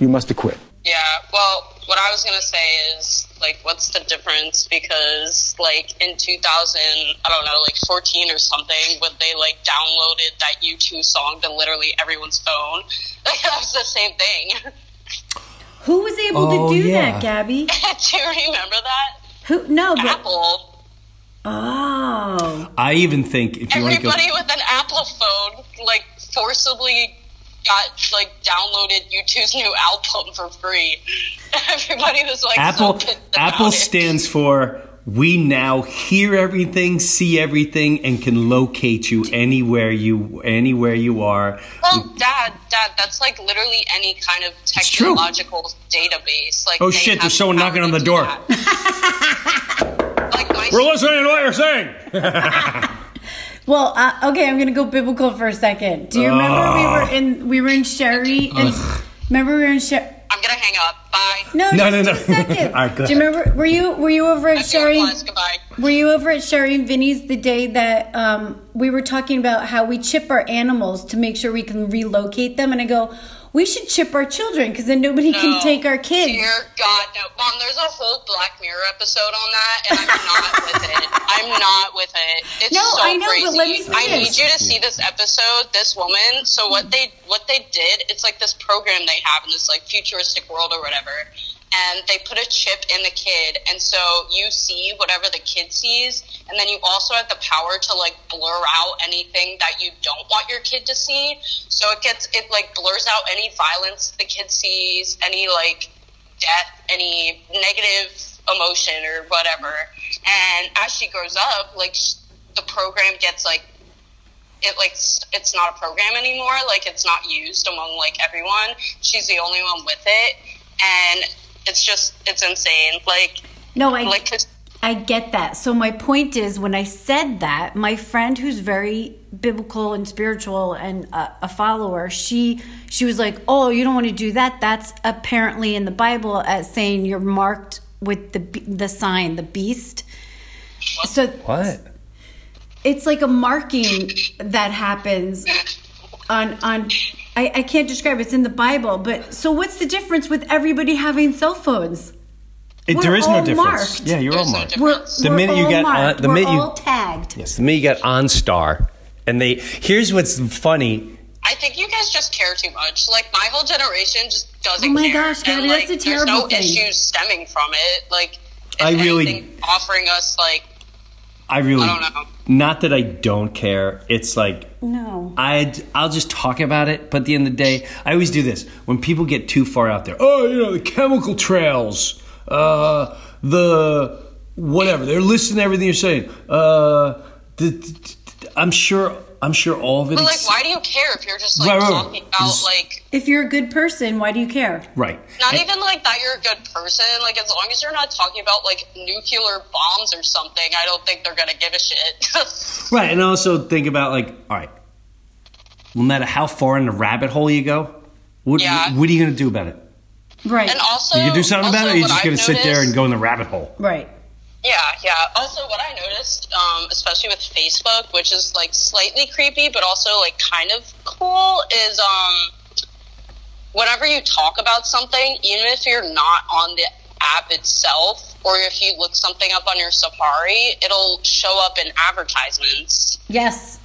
S7: you must acquit.
S4: Yeah, well, what I was gonna say is like, what's the difference? Because like in 2000, I don't know, like 14 or something, when they like downloaded that U2 song to literally everyone's phone, *laughs* like that was the same thing. *laughs*
S3: Who was able
S6: Oh,
S3: to do
S6: yeah.
S3: that, Gabby?
S4: Do you remember
S6: *laughs*
S4: that?
S3: Who? No, but
S4: Apple.
S3: oh,
S6: I even think if you want to go,
S4: Everybody with an Apple phone like forcibly got like downloaded U2's new *laughs* album for free. *laughs* Everybody was like
S6: Apple
S4: so pissed about
S6: Apple
S4: it.
S6: stands for we now hear everything, see everything, and can locate you anywhere you anywhere you are.
S4: Well, Dad, Dad, that's like literally any kind of
S6: Mm. true.
S4: technological database. Like,
S6: Oh
S4: they
S6: shit!
S4: have
S6: There's someone
S4: the
S6: knocking
S4: power
S6: on the
S4: to
S6: door. *laughs*
S4: do that. like my
S6: We're listening to what you're saying.
S3: well, uh, okay. I'm gonna go biblical for a second. Do you remember we were in we were in Sherry and remember we were in Sherry.
S4: I'm gonna hang up. Bye.
S3: No,
S6: No,
S3: just
S6: no,
S3: two
S6: no.
S4: *laughs*
S3: seconds.
S6: All right, go
S3: Do you
S6: ahead.
S3: remember? Were you were you over at
S4: That's
S3: Sherry?
S4: your applause. Goodbye.
S3: Were you over at Sherry and Vinny's the day that um, we were talking about how we chip our animals to make sure we can relocate them? And I go, we should chip our children because then nobody
S4: No.
S3: can take our kids.
S4: Dear God, no, Mom. There's a whole Black Mirror episode on that, and I'm not with it. I'm not with it. It's
S3: No,
S4: so
S3: I know,
S4: crazy.
S3: but let me
S4: I
S3: see
S4: need
S3: this.
S4: you to see this episode. This woman. So what they what they did? It's like this program they have in this like futuristic world or whatever. And they put a chip in the kid, and so you see whatever the kid sees, and then you also have the power to like blur out anything that you don't want your kid to see. So it gets it like blurs out any violence the kid sees, any like death, any negative emotion or whatever. And as she grows up, like sh- the program gets like it like s- it's not a program anymore. Like it's not used among like everyone. She's the only one with it, and it's just it's insane. Like
S3: no, I
S4: like 'cause-
S3: I get that. So my point is, when I said that, my friend who's very biblical and spiritual and a, a follower, she she was like, "Oh, you don't want to do that. That's apparently in the Bible as saying you're marked with the be- the sign, the beast." So
S6: What?
S3: it's like a marking that happens on on. I, I can't describe. It's in the Bible, but so what's the difference with everybody having cell phones?
S6: It,
S3: We're
S6: there is no
S3: all
S6: difference.
S3: marked.
S6: Yeah, you're all
S4: There's no
S6: marked.
S4: difference.
S3: We're,
S6: The
S3: we're
S6: minute you
S3: all
S6: got, uh,
S3: marked.
S6: the
S3: we're
S6: minute you-
S3: all tagged.
S6: Yes, the minute you got OnStar, and they here's what's funny.
S4: I think you guys just care too much. Like my whole generation just doesn't.
S3: Oh my
S4: care.
S3: gosh, Gabby,
S4: and, like,
S3: that's a
S4: There's no
S3: terrible thing.
S4: issues stemming from it. Like if
S6: I really-
S4: anything, offering us like
S6: I really,
S4: I don't know.
S6: not that I don't care. It's like
S3: No.
S6: I I'll just talk about it. But at the end of the day, I always do this when people get too far out there. Oh, you know the chemical trails, uh, the whatever. They're listening to everything you're saying. Uh, the, I'm sure. I'm sure all of it.
S4: But like,
S6: ex-
S4: why do you care if you're just like
S6: Right, right, right.
S4: talking about
S6: Just-
S4: like
S3: If you're a good person, why do you care?
S6: Right.
S4: not
S6: And-
S4: even like that you're a good person? Like, as long as you're not talking about like nuclear bombs or something, I don't think they're gonna give a shit. *laughs*
S6: Right, and also think about like, all right, no matter how far in the rabbit hole you go, what
S4: Yeah.
S6: what are you gonna do about it?
S3: Right.
S4: and also,
S6: You gonna do something about it,
S4: also
S6: or you
S4: what
S6: just gonna
S4: I've
S6: sit there and
S4: noticed-
S6: go in the rabbit hole?
S3: right.
S4: Yeah, yeah. Also, what I noticed, um, especially with Facebook, which is like slightly creepy, but also like kind of cool, is um, whenever you talk about something, even if you're not on the app itself, or if you look something up on your Safari, it'll show up in advertisements.
S3: Yes.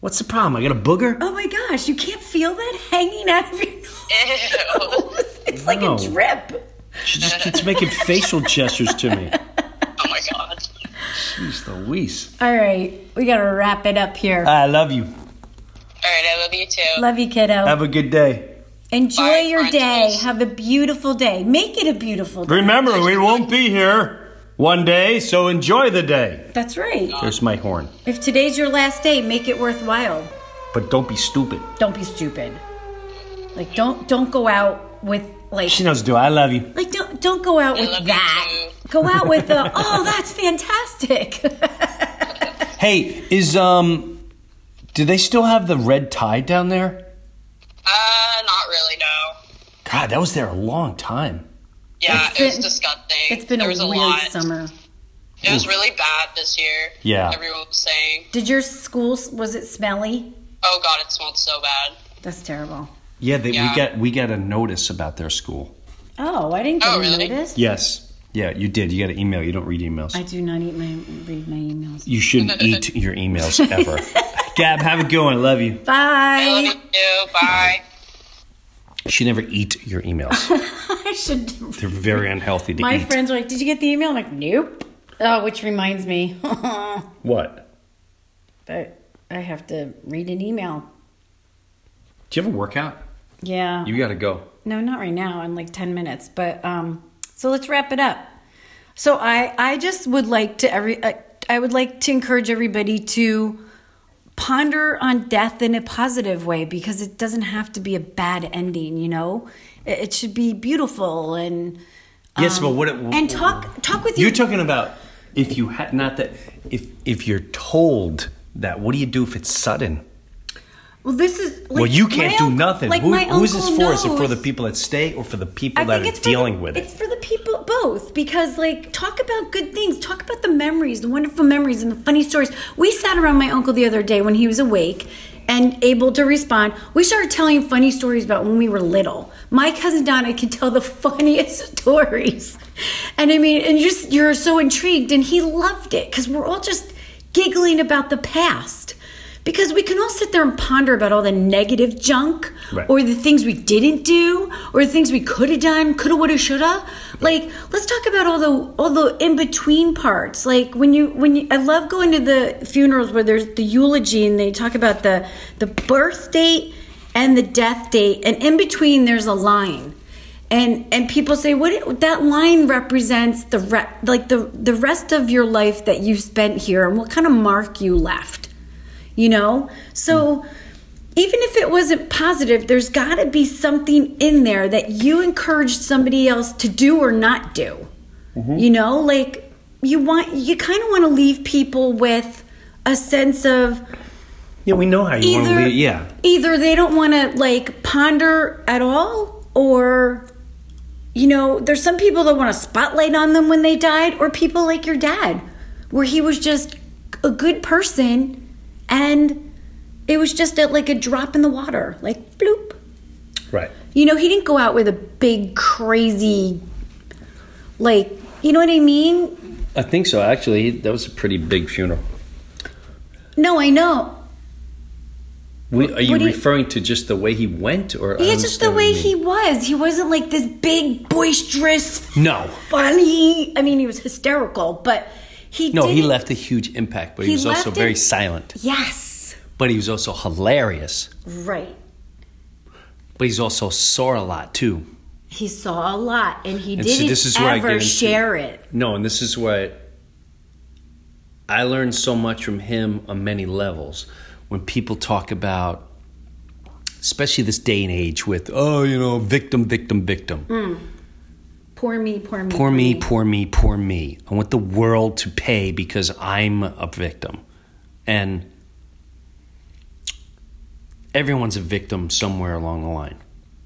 S6: What's the problem? I got a booger?
S3: Oh my gosh, you can't feel that hanging out of your
S4: Ew.
S3: It's like
S6: No.
S3: a drip.
S6: She just keeps making facial gestures to me.
S4: *laughs* Oh my god.
S6: Jeez Louise.
S3: All right. We got to
S6: Uh,
S3: wrap it up here.
S6: I love you.
S4: All right, I love you too.
S3: Love you, kiddo.
S6: Have a good day.
S3: Enjoy
S4: Bye,
S3: your day.
S4: Frenchies.
S3: Have a beautiful day. Make it a beautiful day.
S6: Remember, we won't be here one day, so enjoy the day.
S3: That's right.
S6: There's my horn.
S3: If today's your last day, make it worthwhile.
S6: But don't be stupid.
S3: Don't be stupid. Like don't don't go out with like
S6: She knows, do I love you?
S3: like don't don't go out
S4: love
S3: with
S4: you
S3: that.
S4: too.
S3: Go out with the *laughs* oh that's
S4: *laughs*
S3: fantastic.
S6: Hey, is um, do they still have the red tie down there?
S4: Uh, not really, no.
S6: God, that was there a long time.
S4: Yeah,
S3: It's
S4: it was
S3: been-
S4: disgusting.
S3: it's been
S4: there
S3: a
S4: was
S3: weird
S4: a lot.
S3: summer.
S4: It was really bad this year.
S6: Yeah.
S4: Everyone was saying,
S3: Did your school was it smelly?
S4: oh god, it smelled so bad.
S3: That's terrible.
S6: Yeah, they,
S4: Yeah.
S6: we got we got a notice about their school.
S3: Oh, I didn't get
S4: Oh,
S3: a
S4: really?
S3: notice.
S6: Yes. Yeah, you did. You got an email. You don't read emails.
S3: I do not eat my read my emails.
S6: you shouldn't eat your emails ever.
S3: *laughs*
S6: Gab, have a good one. I love you.
S3: Bye.
S4: I love you too. Bye.
S6: You should never eat your emails.
S3: *laughs* I should.
S6: They're very unhealthy to
S3: My
S6: eat.
S3: friends were like, "Did you get the email?" I'm like, "Nope." Oh, which reminds me, *laughs* that
S6: what?
S3: I have to read an email.
S6: Do you ever work out?
S3: Yeah.
S6: You got to go.
S3: No, not right now. In like ten minutes. But um, so let's wrap it up. So I I just would like to every I, I would like to encourage everybody to ponder on death in a positive way because it doesn't have to be a bad ending. You know, it, it should be beautiful and
S6: yes, but what? It,
S3: Um, and talk talk with
S6: You're
S3: your
S6: talking about if you had not that if if you're told that what do you do if it's sudden?
S3: Well, this is like,
S6: well, you
S3: my
S6: can't do
S3: unc-
S6: nothing.
S3: Like
S6: Who,
S3: my
S6: who's this
S3: uncle
S6: for? Is it for
S3: knows.
S6: the people that stay or for the people
S3: I
S6: that
S3: think
S6: are
S3: it's for the-
S6: dealing with
S3: It's
S6: it?
S3: for the people both because like talk about good things, talk about the memories, the wonderful memories and the funny stories. We sat around my uncle the other day when he was awake and able to respond. We started telling funny stories about when we were little. My cousin Donna could tell the *laughs* funniest stories. And I mean, and just you're so intrigued and he loved it cuz we're all just giggling about the past. Because we can all sit there and ponder about all the negative junk
S6: Right.
S3: or the things we didn't do or the things we could have done, coulda, woulda, shoulda. Like, let's talk about all the all the in between parts. Like when you when you, I love going to the funerals where there's the eulogy and they talk about the the birth date and the death date, and in between there's a line. And and people say what that line represents the re, like the the rest of your life that you spent here and what kind of mark you left you know? So even if it wasn't positive, there's got to be something in there that you encouraged somebody else to do or not do. You know, like you want you kind of want to leave people with a sense of
S6: yeah, we know how you want to
S3: either
S6: leave. Yeah,
S3: either they don't want to like ponder at all or you know, there's some people that want a spotlight on them when they died, or people like your dad, where he was just a good person and it was just at like a drop in the water, like bloop.
S6: right.
S3: You know, he didn't go out with a big, crazy, like, you know what I mean?
S6: I think so. Actually, that was a pretty big funeral.
S3: No, I know.
S6: We, are
S3: What
S6: you
S3: do you-
S6: referring to just the way he went, or I
S3: Yeah, just the
S6: understand what
S3: way
S6: you
S3: he
S6: mean.
S3: was. He wasn't like this big, boisterous,
S6: No,
S3: funny. I mean, he was hysterical, but he
S6: no, he
S3: didn't-
S6: left a huge impact, but he,
S3: He
S6: was also
S3: left
S6: very
S3: it-
S6: silent.
S3: Yes,
S6: But he was also hilarious.
S3: right.
S6: But he's also sore a lot too.
S3: He saw a lot, and he
S6: And so
S3: didn't
S6: this is where I get
S3: ever
S6: into-
S3: share it.
S6: No, and this is what I learned so much from him on many levels. When people talk about, especially this day and age, with oh, you know, victim, victim, victim,
S3: Poor me, poor me,
S6: poor me, poor me, poor me. I want the world to pay because I'm a victim, and everyone's a victim somewhere along the line,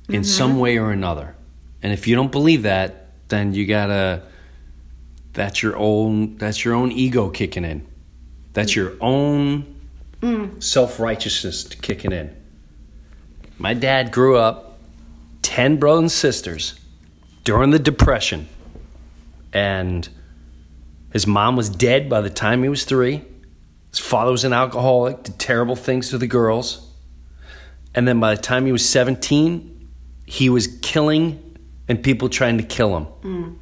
S6: in some way or another. And if you don't believe that, then you gotta. That's your own. That's your own ego kicking in. That's your own self righteousness kicking in. My dad grew up ten brothers and sisters during the depression, and his mom was dead by the time he was three. His father was an alcoholic, did terrible things to the girls, and then by the time he was seventeen, he was killing and people trying to kill him.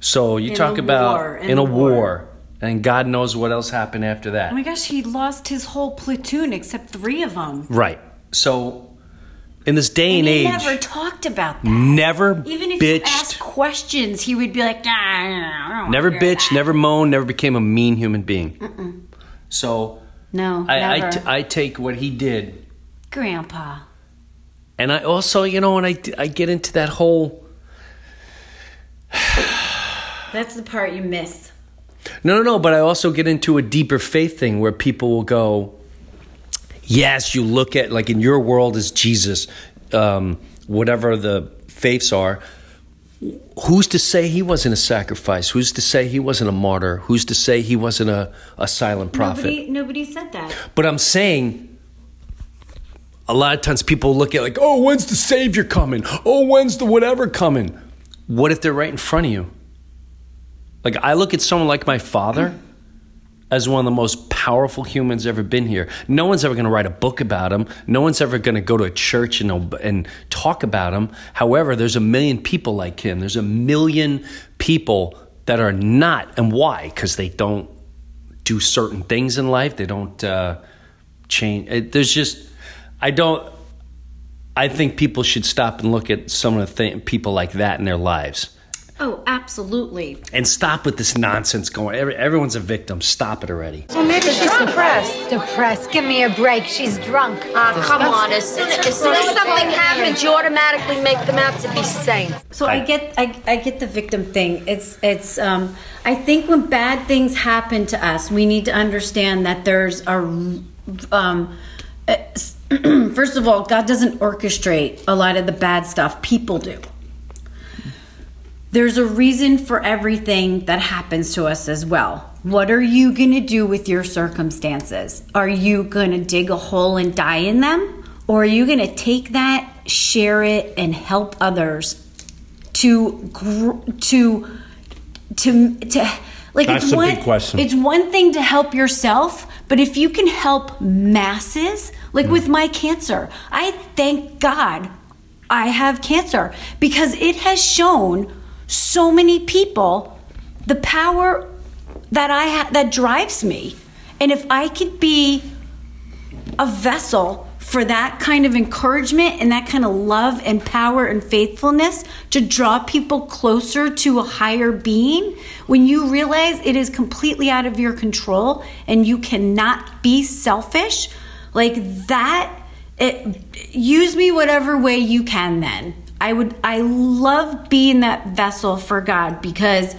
S6: So you
S3: In
S6: talk
S3: a
S6: about
S3: war,
S6: in, a war. and God knows what else happened after that.
S3: Oh my gosh, he lost his whole platoon except three of them.
S6: Right. So in this day and,
S3: he
S6: age,
S3: never talked about that.
S6: never
S3: Even if you
S6: bitched,
S3: asked questions, he would be like, nah, I don't wanna
S6: never
S3: hear
S6: bitched,
S3: that."
S6: never moaned, never became a mean human being. So
S3: No,
S6: I, I,
S3: never.
S6: t- I take what he did
S3: Grandpa.
S6: And I also, you know, when I, I get into that whole
S3: That's the part you miss.
S6: no, no, no, but I also get into a deeper faith thing where people will go, yes, you look at like in your world is Jesus, um, whatever the faiths are. Who's to say he wasn't a sacrifice? Who's to say he wasn't a martyr? Who's to say he wasn't a, a silent prophet?
S3: Nobody, nobody said that.
S6: But I'm saying a lot of times people look at like, oh, when's the savior coming? Oh, when's the whatever coming? What if they're right in front of you? Like I look at someone like my father as one of the most powerful humans ever been here. No one's ever going to write a book about him. No one's ever going to go to a church and and talk about him. However, there's a million people like him. There's a million people that are not and why? Cuz they don't do certain things in life. They don't uh, change. It, there's just I don't. I think people should stop and look at some of the th- people like that in their lives
S3: Oh, absolutely.
S6: and stop with this nonsense going. Every, everyone's a victim. Stop it already.
S8: She's depressed. Depressed. Give me a break. She's drunk.
S9: Ah, come on. As soon as, as soon as something happens, you automatically make them out to be saints.
S3: So I, get I, I get the victim thing. It's it's um I think when bad things happen to us, we need to understand that there's a um uh, *clears throat* first of all, God doesn't orchestrate a lot of the bad stuff. People do. There's a reason for everything that happens to us as well. What are you going to do with your circumstances? Are you going to dig a hole and die in them? Or are you going to take that, share it, and help others to, gr- to, to, to, like
S6: That's
S3: it's
S6: a
S3: one,
S6: big question.
S3: It's one thing to help yourself, but if you can help masses, like with my cancer, I thank God I have cancer because it has shown so many people the power that I ha- that drives me. And if I could be a vessel for that kind of encouragement and that kind of love and power and faithfulness to draw people closer to a higher being when you realize it is completely out of your control and you cannot be selfish like that it use me whatever way you can then i would i love being that vessel for god because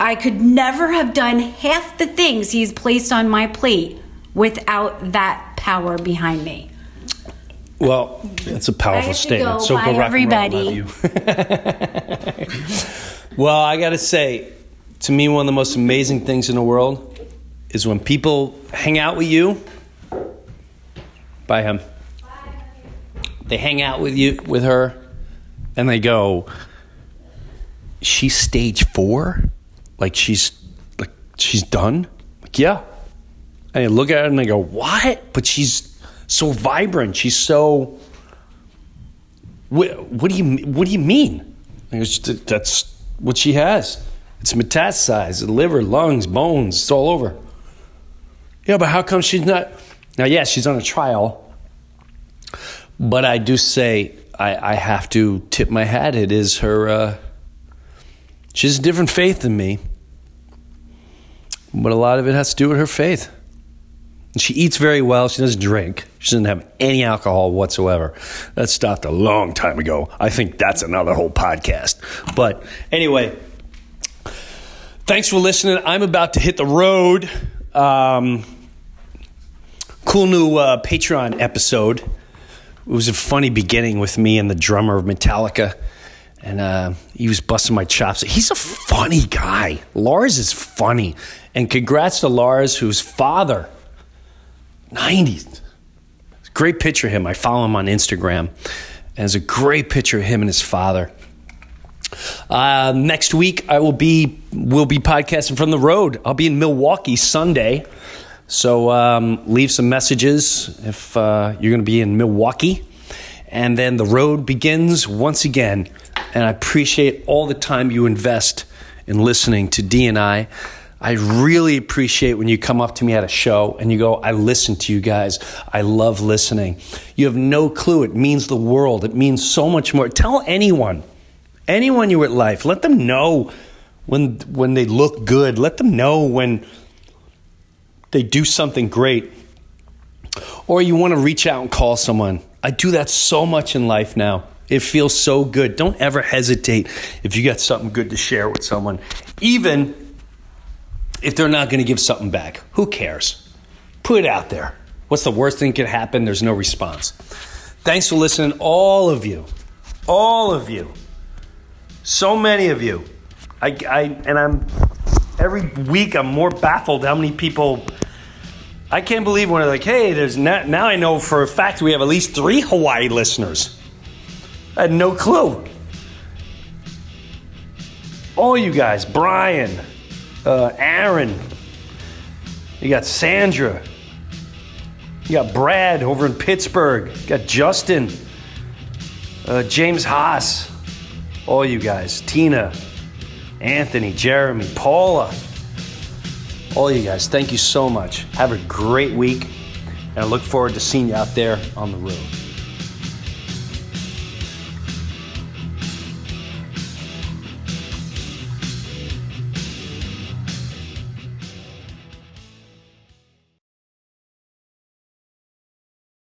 S3: I could never have done half the things he's placed on my plate without that power behind me.
S6: Well, it's a
S3: I
S6: powerful
S3: have to
S6: statement.
S3: go.
S6: so
S3: Bye,
S6: go rock
S3: everybody.
S6: and roll, love you. *laughs* well, I gotta say, to me, one of the most amazing things in the world is when people hang out with you. Bye, him. They hang out with you with her, and they go. She's stage four, like she's like she's done. Like yeah, and I look at her and I go, "What?" But she's so vibrant. She's so. What, what do you What do you mean? I go, "Th- That's what she has. It's metastasized. The liver, lungs, bones. It's all over. Yeah, but how come she's not? Now, yeah, she's on a trial. But I do say I, I have to tip my hat. It is her. Uh, she's a different faith than me. But a lot of it has to do with her faith. She eats very well. She doesn't drink. She doesn't have any alcohol whatsoever. That stopped a long time ago. I think that's another whole podcast. But anyway, thanks for listening. I'm about to hit the road. Um, cool new uh, Patreon episode. It was a funny beginning with me and the drummer of Metallica. And uh, he was busting my chops. He's a funny guy. Lars is funny. And congrats to Lars, whose father 90s. Great picture of him. I follow him on Instagram. And it's a great picture of him and his father. Uh, next week I will be will be podcasting from the road. I'll be in Milwaukee Sunday. So um, leave some messages if uh, you're going to be in Milwaukee. And then the road begins once again. And I appreciate all the time you invest in listening to D and I. I really appreciate when you come up to me at a show and you go, I listen to you guys. I love listening. You have no clue. It means the world. It means so much more. Tell anyone, anyone you at life, let them know when when they look good. Let them know when they do something great. Or you want to reach out and call someone. I do that so much in life now. It feels so good. Don't ever hesitate if you got something good to share with someone, even if they're not going to give something back. Who cares? Put it out there. What's the worst thing that could happen? There's no response. Thanks for listening, all of you. All of you. So many of you. I, I and I'm every week I'm more baffled how many people I can't believe when they're like, hey, there's not, now I know for a fact we have at least three Hawaii listeners. I had no clue. All you guys, Brian, uh, Aaron, you got Sandra, you got Brad over in Pittsburgh, you got Justin, uh, James Haas, all you guys, Tina, Anthony, Jeremy, Paula, all you guys, thank you so much. Have a great week, and I look forward to seeing you out there on the road.